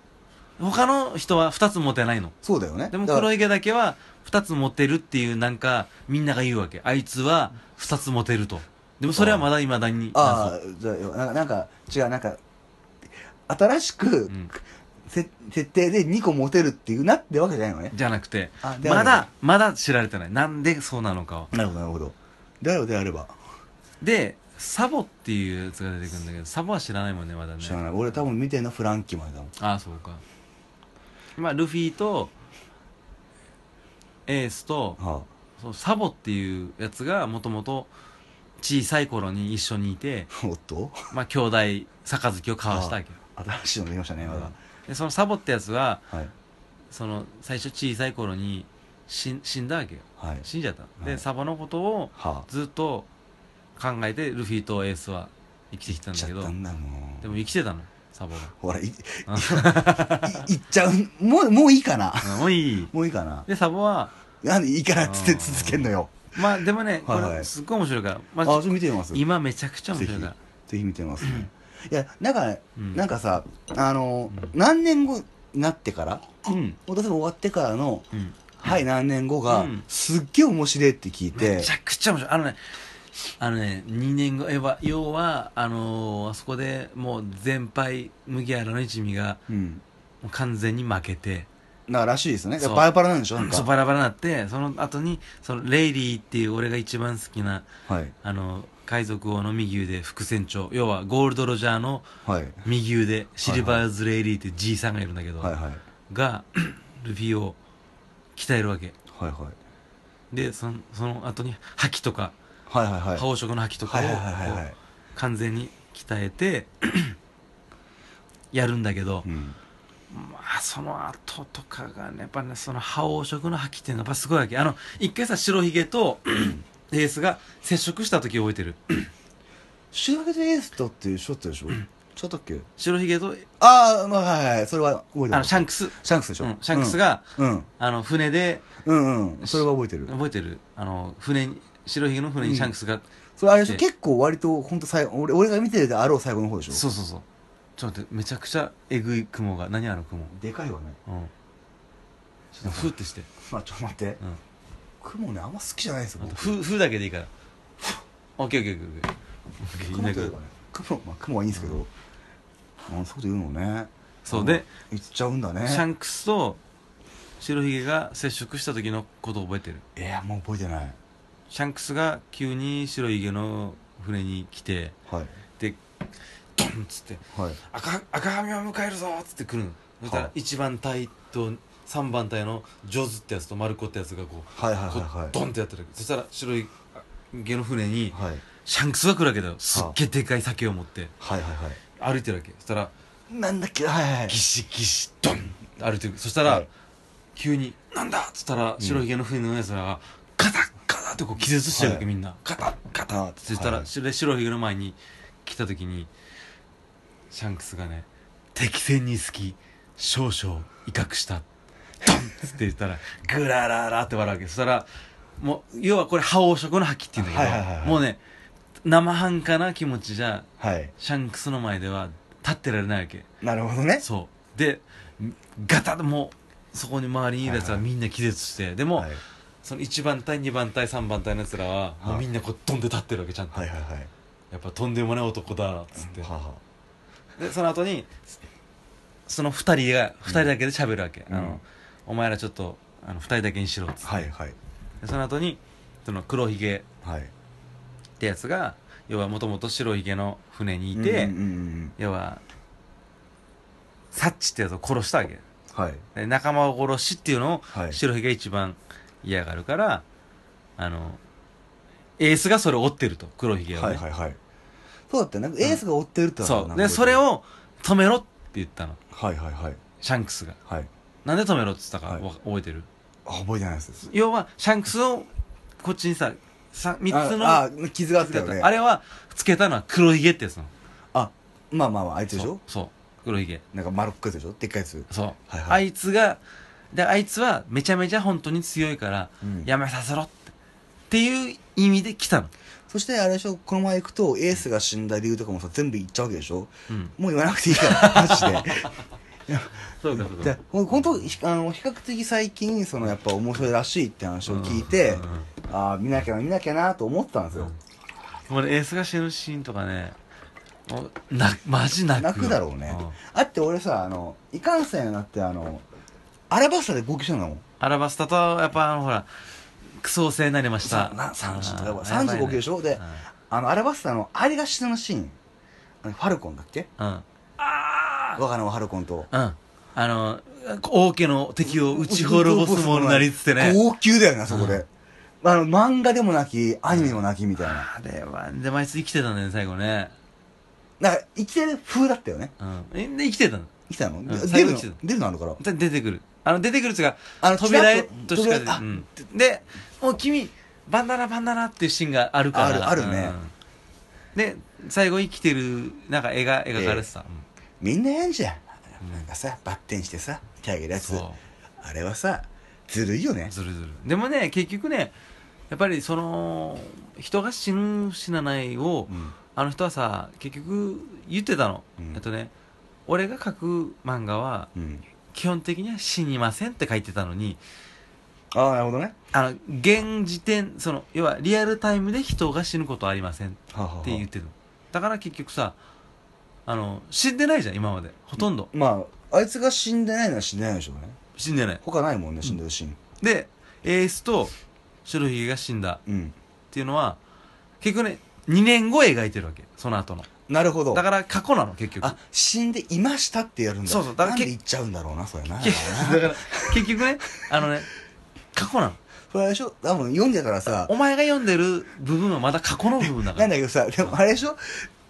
Speaker 2: 他の人は2つ持てないの
Speaker 3: そうだよね。
Speaker 2: でも
Speaker 3: だから
Speaker 2: 黒ひげだけは2つ持てるっていうなんかみんなが言うわけあいつは2つ持てるとでもそれはまだいまだに謎
Speaker 3: ああ、じゃあなんか、なんか、違う、なんか、新しく
Speaker 2: うん、
Speaker 3: せ設定で2個持てるっていうなってわけじゃないのね。
Speaker 2: じゃなくて
Speaker 3: あであれば
Speaker 2: まだまだ知られてないなんでそうなのかは
Speaker 3: なるほど、なるほど。であれば、であれば。
Speaker 2: でサボっていうやつが出てくるんだけどサボは知らないもんねまだね
Speaker 3: 知らない。俺多分見てんのフランキーまでだもん。
Speaker 2: ああそうかまあルフィとエースと
Speaker 3: は
Speaker 2: そうサボっていうやつがもともと小さい頃に一緒にいて
Speaker 3: あ、おっと *laughs*
Speaker 2: まあ兄弟杯を交わしたわけよ
Speaker 3: 新しいのできましたね、まだ。
Speaker 2: でそのサボってやつは
Speaker 3: はい。
Speaker 2: その最初小さい頃に死ん死んだわけよ
Speaker 3: はい。
Speaker 2: 死んじゃったので、
Speaker 3: はい
Speaker 2: サボのことを
Speaker 3: はあ。
Speaker 2: ずっと考えてルフィとエースは生きてきたんだ
Speaker 3: ちゃ
Speaker 2: け
Speaker 3: っ
Speaker 2: ど
Speaker 3: たんだもん。
Speaker 2: でも生きてたのサボが
Speaker 3: ほら、い、い *laughs*
Speaker 2: あ
Speaker 3: いっちゃう。もう、もういいかな。
Speaker 2: うんもういい
Speaker 3: もういいかな。
Speaker 2: でサボは
Speaker 3: なんでいいかなっつって続けんのよ。
Speaker 2: まあでもねこ
Speaker 3: はいはい
Speaker 2: れすっごい面白いから、
Speaker 3: あ、
Speaker 2: ま
Speaker 3: ちょ
Speaker 2: あ
Speaker 3: っ、と見てみます。ぜ
Speaker 2: 今めちゃくちゃ面白いから
Speaker 3: ひ見てみますね。いや、なんかね、
Speaker 2: うん
Speaker 3: なんかさ、あの
Speaker 2: うん、
Speaker 3: 何年後になってから、
Speaker 2: うん
Speaker 3: お父さん終わってからの、
Speaker 2: うん
Speaker 3: はい、何年後
Speaker 2: う
Speaker 3: が
Speaker 2: ん、
Speaker 3: すっげえ面白いって聞い
Speaker 2: め
Speaker 3: て
Speaker 2: ち、ゃくちゃ面白いあのねあのね2年後えば要はあのーあそこでもう全敗麦わらの一味が
Speaker 3: うん。
Speaker 2: もう完全に負けて
Speaker 3: なんからしいですよね。
Speaker 2: そう
Speaker 3: バラバラなんでしょなん
Speaker 2: そう
Speaker 3: か。
Speaker 2: バラバラになってその後にそのレイリーっていう俺が一番好きな
Speaker 3: はい。
Speaker 2: あの海賊王の右腕副船長要はゴールド・ロジャーの
Speaker 3: はい。
Speaker 2: 右腕シルバーズ・レイリーっていうじいさんがいるんだけど、
Speaker 3: はいはい。
Speaker 2: が *clears throat* ルフィを鍛えるわけ
Speaker 3: はいはい。
Speaker 2: でそのその後に覇気とか
Speaker 3: はいはいはい。
Speaker 2: 覇王色の覇気とか
Speaker 3: は
Speaker 2: を
Speaker 3: い
Speaker 2: こ
Speaker 3: はいはいは
Speaker 2: う
Speaker 3: い。
Speaker 2: 完全に鍛えて *clears throat* やるんだけど
Speaker 3: う、ん。
Speaker 2: まあその後とかがねやっぱねその覇王色の覇気っていうのはやっぱすごいわけあの一回さ白ひげと *clears throat* エースが接触した時覚えてる
Speaker 3: 修学でエースだってショットでしょちょっとっけ
Speaker 2: 白ひげと
Speaker 3: ああ、まあはいはい。それは覚
Speaker 2: あ
Speaker 3: えてま
Speaker 2: の
Speaker 3: す
Speaker 2: シャンクス、
Speaker 3: シャンクスでし
Speaker 2: う
Speaker 3: ょ
Speaker 2: ん、シャンクス。が、
Speaker 3: うん。
Speaker 2: あの船で
Speaker 3: うんうん。それは覚えてる。
Speaker 2: 覚えてるあの船に白ひげの船にシャンクスが、
Speaker 3: それあれでしょ
Speaker 2: え
Speaker 3: 結構割と本当最後、俺、俺が見てるであろう最後の方でしょ
Speaker 2: そうそうそうちょっと待ってめちゃくちゃえぐい雲が何あの雲
Speaker 3: でかいわね。
Speaker 2: うんちょっとふーってして
Speaker 3: まあちょっと待って
Speaker 2: う。ん
Speaker 3: 雲ね、あんま好きじゃないですよ
Speaker 2: あと。
Speaker 3: 僕
Speaker 2: ふーふーだけでいいからオッケーオッケーオッケーオッケー
Speaker 3: 雲と
Speaker 2: いいうね
Speaker 3: いかね。雲、まあ雲はいいんですけど。あそういうこと言うのね。
Speaker 2: そうで
Speaker 3: あ。行っちゃうんだね。
Speaker 2: シャンクスと白ひげが接触した時のことを覚えてる
Speaker 3: いや、もう覚えてない。
Speaker 2: シャンクスが急に白ひげの船に来て
Speaker 3: はい。
Speaker 2: でドンっつって
Speaker 3: はい。
Speaker 2: 赤赤髪を迎えるぞっつって来るのそした
Speaker 3: は
Speaker 2: ら
Speaker 3: い
Speaker 2: 1番隊と3番隊のジョズってやつとマルコってやつがこう
Speaker 3: はいはい
Speaker 2: こ
Speaker 3: はいうはい。
Speaker 2: ドンってやってるそしたら白い毛の船に
Speaker 3: はい。
Speaker 2: シャンクスが来るわけだよすっげえでかい酒を持って
Speaker 3: はいはいはい。
Speaker 2: 歩いてるわけそしたら
Speaker 3: なんだっけ、はいはい
Speaker 2: ギ。シギシドンって歩いてるそしたら、
Speaker 3: はい
Speaker 2: 急に「なんだ!」っつったら白ひげの船のやつらがカタッカタッとこう気絶しちゃうわけ、
Speaker 3: はい
Speaker 2: みんなカタッカタッって言ったら、
Speaker 3: はい
Speaker 2: 白白ひげの前に来た時にシャンクスがね「敵戦に好き少々威嚇した」ドンっつって言ったらグラララって笑うわけそしたらもう要はこれ覇王色の覇気って言うんだけど、
Speaker 3: はいはいはいはい
Speaker 2: もうね生半可な気持ちじゃ
Speaker 3: はい。
Speaker 2: シャンクスの前では立ってられないわけ
Speaker 3: なるほどね。
Speaker 2: そうでガタッともうそこに周りにいるやつはみんな気絶して、でも、
Speaker 3: はい
Speaker 2: その1番隊2番隊3番隊のやつらはもうみんなこう飛んで立ってるわけちゃんと、
Speaker 4: はいはいはい
Speaker 2: やっぱとんでもない男だっつって、
Speaker 4: はあは
Speaker 2: でその後にその2人が2人だけで喋るわけ、
Speaker 4: うん
Speaker 2: あのお前らちょっとあの2人だけにしろっつって、
Speaker 4: あはいはい
Speaker 2: でその後にその黒ひげ
Speaker 4: はい
Speaker 2: ってやつが要はもともと白ひげの船にい
Speaker 4: うん
Speaker 2: て、
Speaker 4: うんうん
Speaker 2: 要はサッチってやつを殺したわけ
Speaker 4: うんはい
Speaker 2: で仲間を殺しっていうのを
Speaker 4: はい
Speaker 2: 白ひげが一番嫌がるから、あのエースがそれを追ってると黒ひげをね、
Speaker 4: はいはいはい
Speaker 3: そうだったよなんかエースが追ってるってな
Speaker 2: そう
Speaker 3: なん
Speaker 2: で
Speaker 3: か
Speaker 2: それを止めろって言ったの
Speaker 4: はいはいはい
Speaker 2: シャンクスが
Speaker 4: はい
Speaker 2: なんで止めろって言ったか、
Speaker 4: はい
Speaker 2: わ覚えてる
Speaker 4: あ覚えてないです
Speaker 2: 要はシャンクスをこっちにささ3つのあ
Speaker 3: ああ傷があったよね
Speaker 2: あれはつけたのは黒ひげってやつなの
Speaker 3: あまあまあまああいつでし
Speaker 2: そう
Speaker 3: ょ
Speaker 2: そう黒ひげ
Speaker 4: なんか丸っこいでしょでっかいやつ
Speaker 2: そう、
Speaker 4: はいはい
Speaker 2: あいつがであいつはめちゃめちゃ本当に強いから、
Speaker 4: うん
Speaker 2: やめさせろってっていう意味で来たの、
Speaker 3: そしてあれでしょこの前行くとエースが死んだ理由とかもさ全部言っちゃうわけでしょ
Speaker 2: うん、
Speaker 3: もう言わなくてい
Speaker 4: *laughs*
Speaker 3: いからマジで
Speaker 2: そうか
Speaker 3: でほん本当ひあの比較的最近そのやっぱ面白いらしいって話を聞いて、ああ見なきゃな見なきゃなと思ってたんですよ、
Speaker 2: もうねエースが死ぬシーンとかねもうなマジ泣くよ
Speaker 3: 泣くだろうね
Speaker 2: ん
Speaker 3: あって俺さあのいかんせんだってあのアラバスタで号泣したんだもん
Speaker 2: アラバスタとやっぱあのほらクソ性になりました
Speaker 3: さな30とか
Speaker 2: あー
Speaker 3: 35
Speaker 2: やばいね
Speaker 3: 号泣でしょで
Speaker 2: うん
Speaker 3: あのアラバスタのあれが死ぬシーンあのファルコンだっけ
Speaker 2: うん
Speaker 3: 我が名はファルコンと
Speaker 2: うんあの王家の敵を打ち滅ぼす者なりっつってね
Speaker 3: 号泣だよねあそこで、あの漫画でも泣きアニメでも泣きみたいな
Speaker 2: あれはで毎月生きてたんだよね最後ね
Speaker 3: なんか生きてる風だったよね
Speaker 2: うんえで生きてたの
Speaker 3: 生きてたの、
Speaker 2: ん
Speaker 3: 出
Speaker 2: 最後生
Speaker 3: るの
Speaker 2: きてた
Speaker 3: 出るのあるか
Speaker 2: で
Speaker 3: ら
Speaker 2: 出てくるあの出てくるっつうか
Speaker 3: あの
Speaker 2: 扉へ
Speaker 3: ちらっ
Speaker 2: と
Speaker 3: と
Speaker 2: しか出て
Speaker 3: 扉あ
Speaker 2: うんでもう君バンダナバンダナっていうシーンがあるから
Speaker 3: あるあるね
Speaker 2: うんで最後生きてるなんか絵が描かれてた、
Speaker 3: みんなやんじゃん、
Speaker 2: うん
Speaker 3: なんかさバッテンしてさ手あげるやつ
Speaker 2: そ
Speaker 3: あれはさずるいよね
Speaker 2: うずるずるでもね結局ねやっぱりその人が死ぬ死なないを、
Speaker 3: うん
Speaker 2: あの人はさ結局言ってたの、
Speaker 3: うん
Speaker 2: えっとね俺が描く漫画は
Speaker 3: うん
Speaker 2: 基本的には死にませんって書いてたのに
Speaker 3: ああなるほどね
Speaker 2: あの現時点その要はリアルタイムで人が死ぬことはありません
Speaker 4: はあはあはあ
Speaker 2: って言ってるのだから結局さあの死んでないじゃん今までほとんど
Speaker 3: まああいつが死んでないのは死んでないでしょうね
Speaker 2: 死んでない
Speaker 3: 他ないもんね死んでるシーン
Speaker 2: でエースと白ひげが死んだ
Speaker 3: う
Speaker 2: っ
Speaker 3: ん、
Speaker 2: ていうのは結局ね2年後描いてるわけその後の
Speaker 3: なるほど
Speaker 2: だから過去なの結局
Speaker 3: あ死んでいましたってやるんだ
Speaker 2: そうそうだから
Speaker 3: なんで
Speaker 2: け
Speaker 3: 言っちゃうんだろうな *laughs* それな
Speaker 2: け *laughs* だから結局ねあのね過去なの
Speaker 3: それあれでしょ多分読んでたからさ
Speaker 2: お前が読んでる部分はまだ過去の部分だか
Speaker 3: な
Speaker 2: ら
Speaker 3: んだけどさでもあれでしょ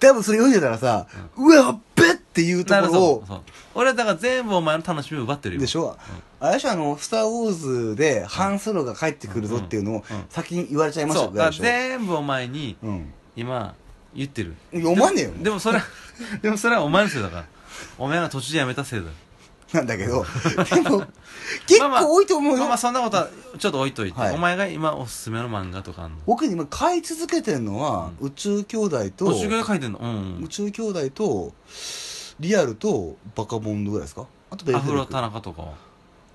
Speaker 3: 多分それ読んでたらさ、うわやっべっていうと
Speaker 2: なる
Speaker 3: ころ
Speaker 2: ほ
Speaker 3: を
Speaker 2: どそう俺はだから全部お前の楽しみを奪ってるよ
Speaker 3: でしょ、あれでしょあの「スター・ウォーズ」でハン・ソロが帰ってくるぞっていうのを
Speaker 2: うんうん
Speaker 3: 先に言われちゃいました
Speaker 2: そう
Speaker 3: よ
Speaker 2: だから
Speaker 3: でしょ
Speaker 2: 全部お前に
Speaker 3: うん
Speaker 2: 今言ってる
Speaker 3: 読まねえよ
Speaker 2: でもそれは *laughs* でもそれはお前のせいだからお前が途中でやめたせいだよ
Speaker 3: なんだけどで
Speaker 2: *laughs*
Speaker 3: も結
Speaker 2: まあまあ
Speaker 3: 構多いと思う
Speaker 2: まあまあ
Speaker 3: よ
Speaker 2: そんなことはちょっと置いといて、
Speaker 3: はい
Speaker 2: お前が今おすすめの漫画とかあんの
Speaker 3: 僕今買い続けてるのは宇宙兄弟と
Speaker 2: 途中から書いてんのうん
Speaker 3: 宇宙兄弟とリアルとバカボンドぐらいですかあとベ
Speaker 2: ア
Speaker 3: ルセ
Speaker 2: フ
Speaker 3: ル
Speaker 2: ロ
Speaker 3: ク
Speaker 2: 田中とかは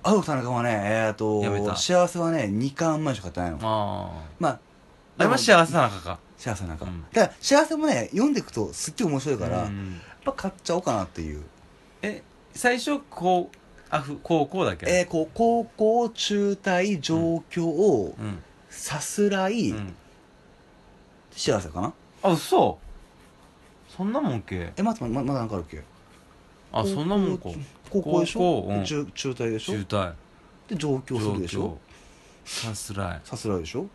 Speaker 3: アフロ田中はねえっと
Speaker 2: やめた
Speaker 3: 幸せはね2巻前しか買ってないの
Speaker 2: あ
Speaker 3: まあ
Speaker 2: あやっぱ幸せ田中か
Speaker 3: 幸せなんか、
Speaker 2: うん
Speaker 3: だから幸せもね読んでいくとすっげえ面白いから、
Speaker 2: う
Speaker 3: やっ
Speaker 2: ん
Speaker 3: ぱ買っちゃおうかなっていう
Speaker 2: え最初こうアフ高校だっけ
Speaker 3: えー、こう高校中退上京を
Speaker 2: うん、
Speaker 3: さすらい、
Speaker 2: うん、
Speaker 3: 幸せかな
Speaker 2: あ嘘そんなもんけ
Speaker 3: え待ってままだなんかあるっけ
Speaker 2: あそんなもんか
Speaker 3: 高校でし
Speaker 2: 高
Speaker 3: ょ
Speaker 2: 校、うん
Speaker 3: 中中退でしょ
Speaker 2: 中退
Speaker 3: で上京するでしょ
Speaker 2: さすらい
Speaker 3: さすらいでしょ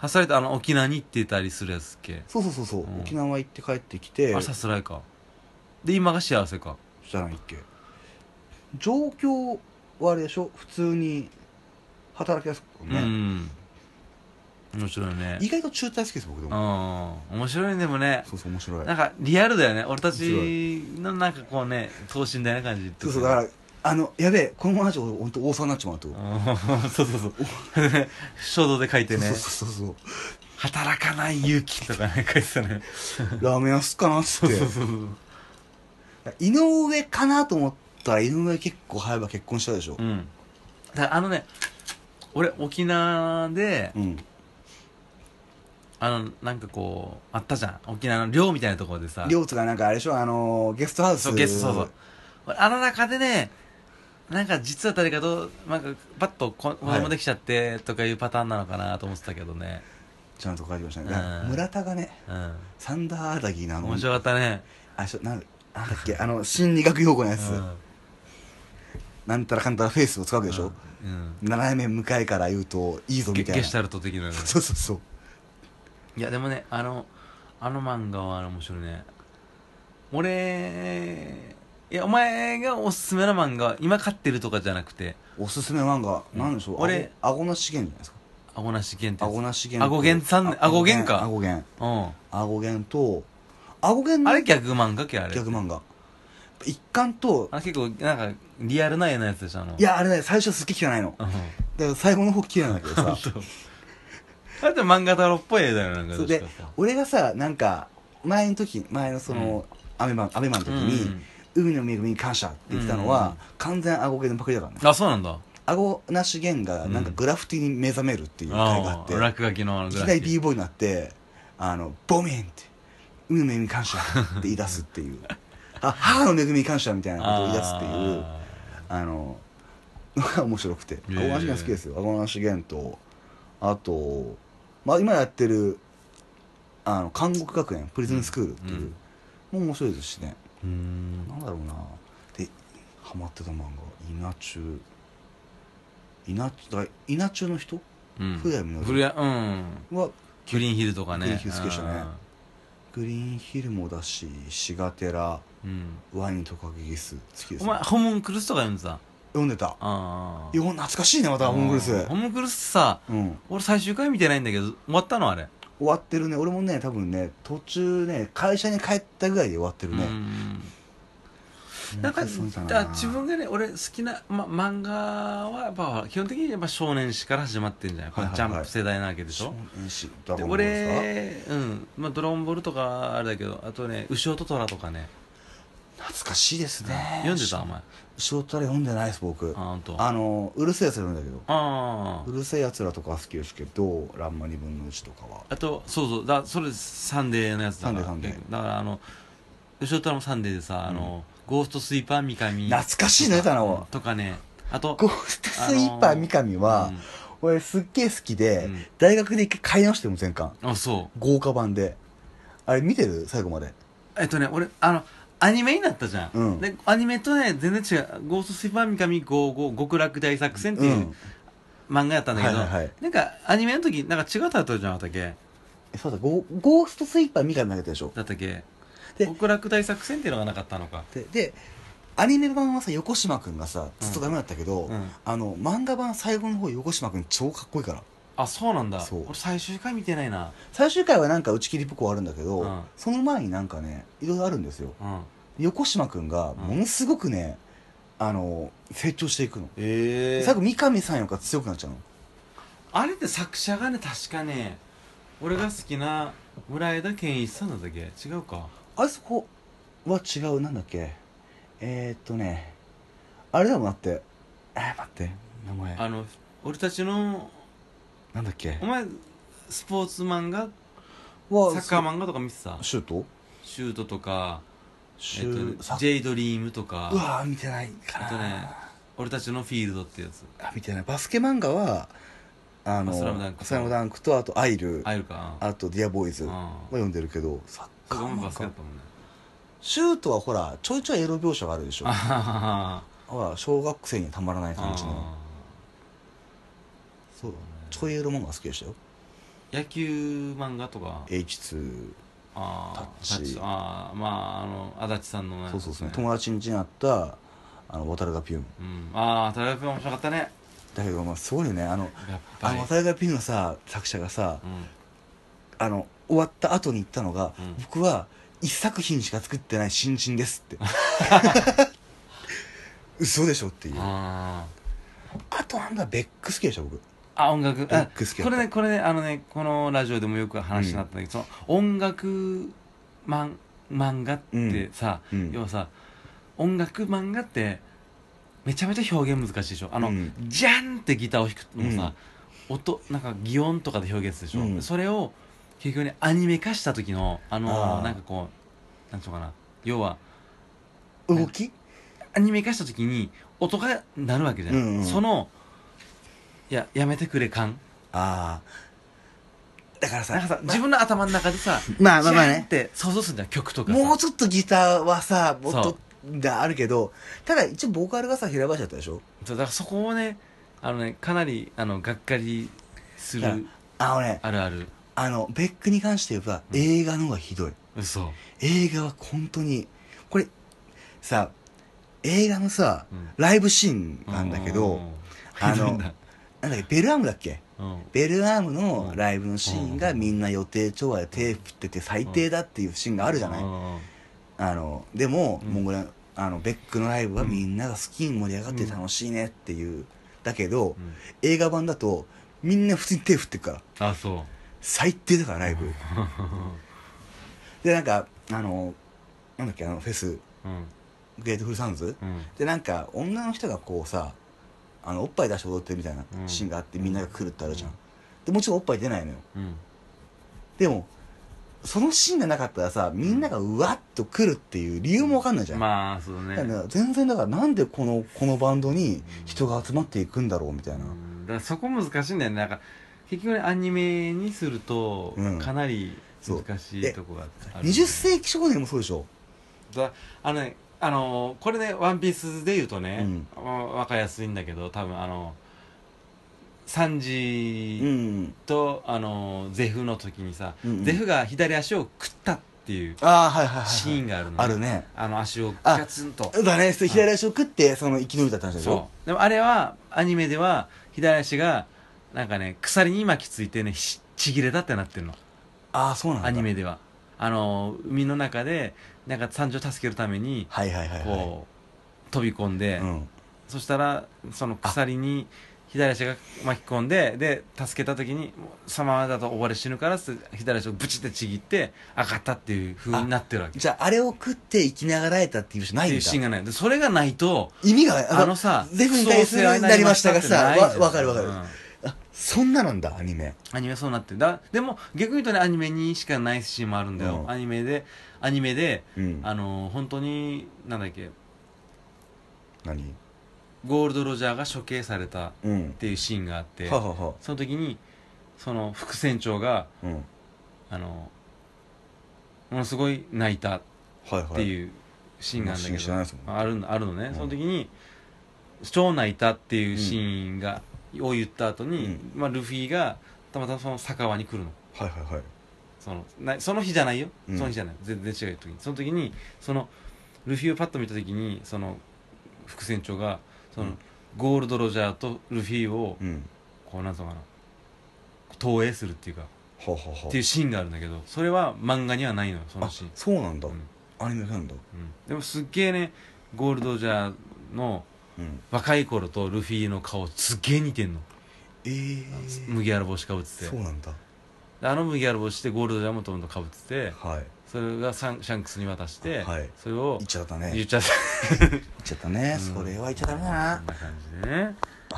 Speaker 2: さすらいってあの沖縄に行ってたりするやつっけ
Speaker 3: そうそうそうそう、
Speaker 2: うん
Speaker 3: 沖縄行って帰ってきて
Speaker 2: あさすらいかで今が幸せか
Speaker 3: じゃないっけ上京はあれでしょ普通に働きやすく
Speaker 2: う
Speaker 3: ね、
Speaker 2: ん面白いね
Speaker 3: 意外と中退好きです僕で
Speaker 2: うん
Speaker 3: も
Speaker 2: 面白いねでもね
Speaker 3: そうそう面白い
Speaker 2: なんかリアルだよね俺たちのなんかこうね等身大な感じ
Speaker 3: そうそうだからあのやべえこのままじゃ俺ほんと大沢になっちまうと、
Speaker 2: うん *laughs* そうそうそう衝動で書いてね
Speaker 3: そうそうそうそう
Speaker 2: 「働かない勇気」とかね書いてたね
Speaker 3: ラーメン屋すっかなっつって井上かなと思ったら井上結構早いば結婚したでしょ、
Speaker 2: うんだからあのね俺沖縄で、
Speaker 3: うん
Speaker 2: あのなんかこうあったじゃん沖縄の寮みたいなところでさ
Speaker 3: 両津がなんかあれでしょあのーゲストハウス
Speaker 2: そうゲストそうそう俺あの中でねなんか実は誰かとなんかパッとこ子供できちゃってとかいうパターンなのかなと思ってたけどね、
Speaker 3: ちゃんと書いてましたね
Speaker 2: うん
Speaker 3: 村田がね
Speaker 4: サンダーアダギーな
Speaker 2: うん
Speaker 4: の
Speaker 2: 面白かったね、
Speaker 3: あしょなんなんだっけあの心理学用語のや
Speaker 2: う
Speaker 3: つ、
Speaker 2: ん
Speaker 3: なんたらかんたらフェイスを使うわけでしょ、
Speaker 2: うん、
Speaker 3: 斜め向かいから言うといいぞ
Speaker 2: ゲ
Speaker 3: みたい
Speaker 2: ゲ
Speaker 3: な
Speaker 2: シュタルト的なのね
Speaker 3: そうそうそう
Speaker 2: いやでもねあのあの漫画は面白いね俺いやお前がおすすめの漫画は今買ってるとかじゃなくて
Speaker 3: おすすめ漫画、なんでしょう
Speaker 2: 俺
Speaker 3: 顎顎なし源じゃないですか
Speaker 2: 顎なし源って
Speaker 3: 顎
Speaker 2: や
Speaker 3: なし源と
Speaker 2: 顎源さんね顎源か
Speaker 3: 顎源
Speaker 2: つう
Speaker 3: 顎源と顎源
Speaker 2: ん
Speaker 3: の
Speaker 2: あれギャグ漫画っけあれ
Speaker 3: 逆漫画一巻と
Speaker 2: あれ結構なんかリアルな絵のやつでしょあの
Speaker 3: いやあれね最初好きじゃないの
Speaker 2: うん
Speaker 3: だから最後の方嫌いなんだ
Speaker 2: *laughs*
Speaker 3: けどさ
Speaker 2: あれって漫画太郎っぽい絵だよねなんか
Speaker 3: そ
Speaker 2: ど
Speaker 3: う
Speaker 2: っち
Speaker 3: で
Speaker 2: かっていう
Speaker 3: 俺がさなんか前の時前のその、アベマアベマの
Speaker 2: と
Speaker 3: 時に、
Speaker 2: うん
Speaker 3: 海の恵みに感謝って言ってた
Speaker 2: う
Speaker 3: の
Speaker 2: んうん
Speaker 3: は、
Speaker 2: うん
Speaker 3: 完全顎源のパクリだからね
Speaker 2: あそうなんだ
Speaker 3: 顎なし源がなんかグラフィティに目覚めるっていう回があ
Speaker 2: あ
Speaker 3: って、
Speaker 2: あ落書きのあの
Speaker 3: い
Speaker 2: グ
Speaker 3: き
Speaker 2: ラ
Speaker 3: な
Speaker 2: フ
Speaker 3: り
Speaker 2: ィティ
Speaker 3: b ボーイになってあのボミンって海の恵みに感謝って言い出すっ
Speaker 2: *laughs*
Speaker 3: ていうあ母の恵みに感謝みたいなことを言い出すっていう
Speaker 2: あ
Speaker 3: あののが面白くて
Speaker 2: え
Speaker 3: 顎なし源好きですよ顎なし源とあと、まあ、今やってるあの監獄学園プリズンスクールっていう、
Speaker 2: うん
Speaker 3: もう面白いですしね
Speaker 2: ーうーん
Speaker 3: なんだろうなでハマってた漫画「稲中」稲中だから稲中の人
Speaker 2: うん
Speaker 3: 古谷実
Speaker 2: 古谷うん
Speaker 3: は
Speaker 2: キュリンヒルとかね
Speaker 3: キュリンヒル好きでしたねグリーンヒルもだしシガテラ
Speaker 2: うんうん
Speaker 3: ワニトカゲギス好きです、
Speaker 2: お前ホムンクルスとか読んでた
Speaker 3: 読んでた
Speaker 2: あ
Speaker 3: いや懐かしいねまたホームグルス
Speaker 2: ホムンクルスさ
Speaker 3: うん
Speaker 2: 俺最終回見てないんだけど終わったのあれ
Speaker 3: 終わってるね俺もね多分ね途中ね会社に帰ったぐらいで終わってる
Speaker 2: う
Speaker 3: ね、
Speaker 2: んなんか
Speaker 3: そうだ
Speaker 2: だ自分がね俺好きな、ま、漫画はやっぱ基本的にやっぱ少年誌から始まってんじゃん、やっぱ
Speaker 3: はいはい
Speaker 2: ジ
Speaker 3: はい
Speaker 2: ャンプ世代なわけでしょ
Speaker 3: 年誌ドラ
Speaker 2: で
Speaker 3: ゴンボールですか
Speaker 2: 俺、うんまあ、ドラゴンボールとかあれだけどあとね「牛音虎」とかね
Speaker 3: 懐かしいですね
Speaker 2: 読んでたお前あ
Speaker 3: 仕事あれ読んでないです僕
Speaker 2: ほんとあ
Speaker 3: あのうるせえやつらなんだけど
Speaker 2: あ
Speaker 3: うるせえやつらとかは好きですけど「らんま2分の1」とかは
Speaker 2: あとそうそうだそれサンデーのやつだから
Speaker 3: サンデーサンデ
Speaker 2: だからあの後ろ虎もサンデーでさあの、ゴーストスイーパー三上
Speaker 3: 懐かしいの出たの
Speaker 2: とかねあと
Speaker 3: ゴーストスイーパー三上は、俺すっげえ好きで、
Speaker 2: うん
Speaker 3: 大学で一回買い直してるもん全巻
Speaker 2: うんあそ
Speaker 3: 豪華版であれ見てる最後まで
Speaker 2: うえっとね俺あのアニメになったじゃん、
Speaker 3: うん
Speaker 2: でアニメとね全然違う「ゴーストスイーパー三上55極楽大作戦」って
Speaker 3: う
Speaker 2: いうん漫画やったんだけど、
Speaker 3: はいはいはい
Speaker 2: なんかアニメの時なんか違うタイトルじゃなかったっけ
Speaker 3: えそうだゴーゴーストスイーパー三上投げたでしょ
Speaker 2: だったっけ
Speaker 3: で
Speaker 2: 極楽大作戦っていうのがなかったのか
Speaker 3: ででアニメ版はさ横島君がさずっとダメだったけど、
Speaker 2: うん
Speaker 3: あの漫画版最後の方横島君超かっこいいから
Speaker 2: あそうなんだ
Speaker 3: そう
Speaker 2: 俺最終回見てないな
Speaker 3: 最終回はなんか打ち切りっぽくはあるんだけど、
Speaker 2: うん
Speaker 3: その前になんかねいろいろあるんですよ
Speaker 2: うん
Speaker 3: 横島君がものすごくね、あの成長していくの
Speaker 2: え
Speaker 3: 最後三上さんよりか強くなっちゃうの
Speaker 2: あれって作者がね確かね俺が好きな村枝健一さんだったっけ違うか
Speaker 3: あそこは違うなんだっけえー、っとねあれだもんだってえー、待って名前
Speaker 2: あの俺たちの
Speaker 3: なんだっけ
Speaker 2: お前スポーツ漫画
Speaker 3: わ
Speaker 2: サッカー漫画とか見てた
Speaker 3: シュート
Speaker 2: シュートとか、え
Speaker 3: シ
Speaker 2: っとね
Speaker 3: ュート、、
Speaker 2: J ドリームとか
Speaker 3: うわー見てないかな
Speaker 2: あとね俺たちのフィールドってやつ
Speaker 3: あ見てないバスケ漫画はあの
Speaker 2: スラムダンクと
Speaker 3: スラムダンクとあとアイル
Speaker 2: あいるか
Speaker 3: あとディアボーイズ
Speaker 2: うん
Speaker 3: は読んでるけどサッ
Speaker 2: そ
Speaker 3: カ
Speaker 2: れが
Speaker 3: ー
Speaker 2: もうバ
Speaker 3: 漫
Speaker 2: スケだ
Speaker 3: 画
Speaker 2: ったもんね
Speaker 3: シュートはほらちょいちょいエロ描写があるでしょ
Speaker 2: あははは
Speaker 3: ほら小学生にはたまらない感じの
Speaker 2: あ
Speaker 3: そうちょいエロ漫画好きでしたよ
Speaker 2: ー野球漫画とか
Speaker 3: H2
Speaker 2: ああ
Speaker 3: タッチ
Speaker 2: ああまああの足立さんのやつ
Speaker 3: そうそうそう、ね、友達ん家にあったあの渡るがピュン
Speaker 2: うん、ああ田辺君面白かったね
Speaker 3: だけどまあすごいねあの
Speaker 2: やっぱ
Speaker 3: あ
Speaker 2: り
Speaker 3: の渡るがピュンのさ作者がさ
Speaker 2: うん
Speaker 3: あの終わった後に言ったのが、
Speaker 2: うん
Speaker 3: 僕は一作品しか作ってない新人です
Speaker 2: *laughs*
Speaker 3: って嘘でしょっていうあ
Speaker 2: あ
Speaker 3: となんだベック好きでしょ僕
Speaker 2: ーあ音楽あ
Speaker 3: ロック好きだった
Speaker 2: これねこれねあのねこのラジオでもよく話になったんだけど、その音楽マン漫画ってさ、
Speaker 3: うんうん
Speaker 2: 要はさ音楽漫画ってめちゃめちゃ表現難しいでしょあの、
Speaker 3: うん
Speaker 2: ジャンってギターを弾くのもさ、音なんか擬音とかで表現するでしょ、
Speaker 3: うん
Speaker 2: それを結局ねアニメ化した時のあのー
Speaker 3: あー
Speaker 2: なんかこうなんていうのかな要は
Speaker 3: 動き
Speaker 2: アニメ化した時に音が鳴るわけじゃん、
Speaker 3: うんうん
Speaker 2: そのいややめてくれ感
Speaker 3: ああだからさ
Speaker 2: なんかさ、
Speaker 3: ま
Speaker 2: 自分の頭の中でさ
Speaker 3: まあまあまあ
Speaker 2: ジャンっ
Speaker 3: ね
Speaker 2: て想像するんだよ曲とかさ
Speaker 3: もうちょっとギターはさもっ
Speaker 2: そ
Speaker 3: と
Speaker 2: う
Speaker 3: があるけどただ一応ボーカルがさ平林だったでしょ
Speaker 2: そうだからそこをねあのねかなりあのがっかりす
Speaker 3: いや
Speaker 2: る
Speaker 3: あのね
Speaker 2: あるある
Speaker 3: あのベックに関して言えば
Speaker 2: うん
Speaker 3: 映画の方がひどい
Speaker 2: 嘘
Speaker 3: 映画は本当にこれさ映画のさ
Speaker 2: うん
Speaker 3: ライブシーンなんだけど、あのなんだっけベルアームだっけベルアームのライブのシーンがみんな予定調和で手振ってて最低だっていうシーンがあるじゃない、あのでも、
Speaker 2: うん
Speaker 3: もうこれあのベックのライブはみんなが好きに盛り上がって楽しいねっていう、だけど、映画版だとみんな普通に手振ってくから
Speaker 2: あそ
Speaker 3: 最低だからライブ、
Speaker 2: う
Speaker 3: でなんかあのなんだっけあのフェス
Speaker 2: *laughs* うん
Speaker 3: グレートフルサウンズ
Speaker 2: うん
Speaker 3: でなんか女の人がこうさあのおっぱい出して踊ってるみたいな
Speaker 2: うん
Speaker 3: シーンがあって、みんなが来るってあるじゃん、でもちろんおっぱい出ないのよ
Speaker 2: うん
Speaker 3: でもそのシーンがなかったらさみんながうわっと来るっていう理由もわかんないじゃん、
Speaker 2: まあそうね
Speaker 3: だから全然だからなんでこのこのバンドに人が集まっていくんだろうみたいな、
Speaker 2: うんだからそこ難しいんだよねなんか結局ねアニメにすると
Speaker 3: うん
Speaker 2: かなり
Speaker 3: そう
Speaker 2: 難し
Speaker 3: で
Speaker 2: いとこがある
Speaker 3: 20世紀少年もそうでしょ
Speaker 2: だあのねあのーこれね「ワンピースで言うとね、
Speaker 3: うん
Speaker 2: わわかりやすいんだけど多分あのサン
Speaker 3: う
Speaker 2: ジ
Speaker 3: ん
Speaker 2: と、あのーゼフの時にさ、
Speaker 3: うんうん
Speaker 2: ゼフが左足を食ったっていう
Speaker 3: ああはいはいはい、はい、
Speaker 2: シーンがあるの、
Speaker 3: あるね
Speaker 2: あの足をガツンと
Speaker 3: だねそれ左足を食ってその生き延びたって話でしょ
Speaker 2: そうでもあれはアニメでは左足がなんかね鎖に巻きついてねしちぎれたってなってるの
Speaker 3: ああそうなんだ
Speaker 2: アニメではあのー海の中でなんか惨状を助けるために
Speaker 3: はいはいはいはい
Speaker 2: こう飛び込んで、
Speaker 3: うん
Speaker 2: そしたらその鎖に左足が巻き込んでで助けた時にもうそのままだと溺れ死ぬからっつって左足をブチってちぎって上がったっていう風になってるわけっ
Speaker 3: じゃああれを食って生きながらえたっていう人な
Speaker 2: て
Speaker 3: い
Speaker 2: い
Speaker 3: ん
Speaker 2: う
Speaker 3: だ
Speaker 2: シーンがないでそれがないと
Speaker 3: 意味が
Speaker 2: あのさ
Speaker 3: ゼフに対するになりましたがさ
Speaker 2: クソお世話になりましたってないじゃん
Speaker 3: わわかるわかる
Speaker 2: うん
Speaker 3: あそんななんだアニメ
Speaker 2: アニメはそうなってるだでも逆に言うとねアニメにしかないシーンもあるんだよ、
Speaker 3: うん
Speaker 2: アニメでアニメで
Speaker 3: うん
Speaker 2: あのー本当になんだっけ
Speaker 3: 何
Speaker 2: ゴールド・ロジャーが処刑されたっ
Speaker 3: うん
Speaker 2: ていうシーンがあって
Speaker 3: ははは
Speaker 2: その時にその副船長が
Speaker 3: うん
Speaker 2: あのものすごい泣いたっ
Speaker 3: はいはい
Speaker 2: ていうシーンがあるんだけ
Speaker 3: シーン知らないです
Speaker 2: ど、
Speaker 3: もん
Speaker 2: あるんあるのね、
Speaker 3: うん
Speaker 2: その時に超泣いたっていうシーンが、を言った後に、
Speaker 3: うん
Speaker 2: まあ、ルフィがたまたまその酒場に来るの
Speaker 3: はいはいはい
Speaker 2: そのなその日じゃないよ、
Speaker 3: うん
Speaker 2: その日じゃない全然違う時にその時にそのルフィをパッと見た時にその副船長がその、
Speaker 3: うん
Speaker 2: ゴールド・ロジャーとルフィを、
Speaker 3: うん
Speaker 2: こうなんつうのかな投影するっていうか
Speaker 3: ははは
Speaker 2: っていうシーンがあるんだけどそれは漫画にはないのよその
Speaker 3: あ
Speaker 2: シーン
Speaker 3: そうなんだ
Speaker 2: うん
Speaker 3: アニメなんだ
Speaker 2: うんでもすっげえねゴールドジャーの
Speaker 3: うん
Speaker 2: 若い頃とルフィの顔すっげえ似てんの
Speaker 3: ええ
Speaker 2: 麦わら帽子かぶって
Speaker 3: そう
Speaker 2: て
Speaker 3: なんだ
Speaker 2: であの麦わら帽子でゴールドジャーもともとかぶってて
Speaker 3: はい
Speaker 2: それがサンシャンクスに渡して、
Speaker 3: あはい
Speaker 2: それを
Speaker 3: 言っちゃったね
Speaker 2: 言
Speaker 3: 言
Speaker 2: っちゃった
Speaker 3: っちゃったねそれは言っちゃダメだ
Speaker 2: そ
Speaker 3: なん
Speaker 2: な感じでねま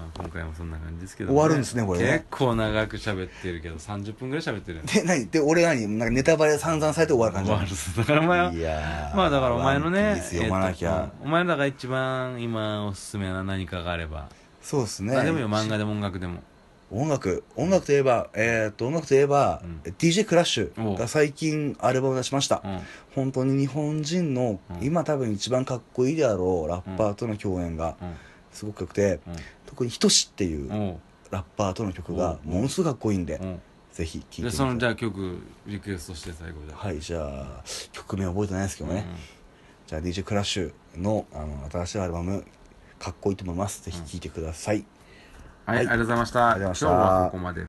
Speaker 2: あ今回もそんな感じですけど、
Speaker 3: 終わるんですねこれね
Speaker 2: 結構長く喋ってるけど30分ぐらい喋ってる
Speaker 3: で何で俺何なんかネタバレ散々されて終わる感
Speaker 2: 終
Speaker 3: じな
Speaker 2: わ
Speaker 3: の
Speaker 2: るっすだからお前はい
Speaker 3: やー
Speaker 2: まあだからお前の
Speaker 3: ワン
Speaker 2: ね
Speaker 3: ピース読まなき
Speaker 2: えっ
Speaker 3: ゃ
Speaker 2: とお前のだから一番今おすすめな何かがあれば、
Speaker 3: そうですね
Speaker 2: まあでもよ漫画でも音楽でも
Speaker 3: 音楽音楽といえばえーっと音楽といえば
Speaker 2: うん
Speaker 3: DJ クラッシュ
Speaker 2: おう
Speaker 3: が最近アルバム出しました
Speaker 2: うん
Speaker 3: 本当に日本人の
Speaker 2: うん
Speaker 3: 今多分一番かっこいいであろうラッパーとの共演が
Speaker 2: う
Speaker 3: すごく良くて
Speaker 2: ん
Speaker 3: 特に「ひとし」っていう
Speaker 2: うんおう
Speaker 3: ラッパーとの曲がものすごくかっこいいんで
Speaker 2: うん
Speaker 3: ぜひ聴いてみ
Speaker 2: で
Speaker 3: て
Speaker 2: その
Speaker 3: く
Speaker 2: じ
Speaker 3: だ
Speaker 2: ゃ
Speaker 3: さい
Speaker 2: あ曲リクエストして最後じゃあ
Speaker 3: はいじゃあ曲名覚えてないですけどねじゃあ DJ クラッシュのあの新しいアルバムかっこいいと思いますぜひ聴いてください
Speaker 2: うんはいありがとうございました
Speaker 3: ありがとうございました
Speaker 2: 今日はここまで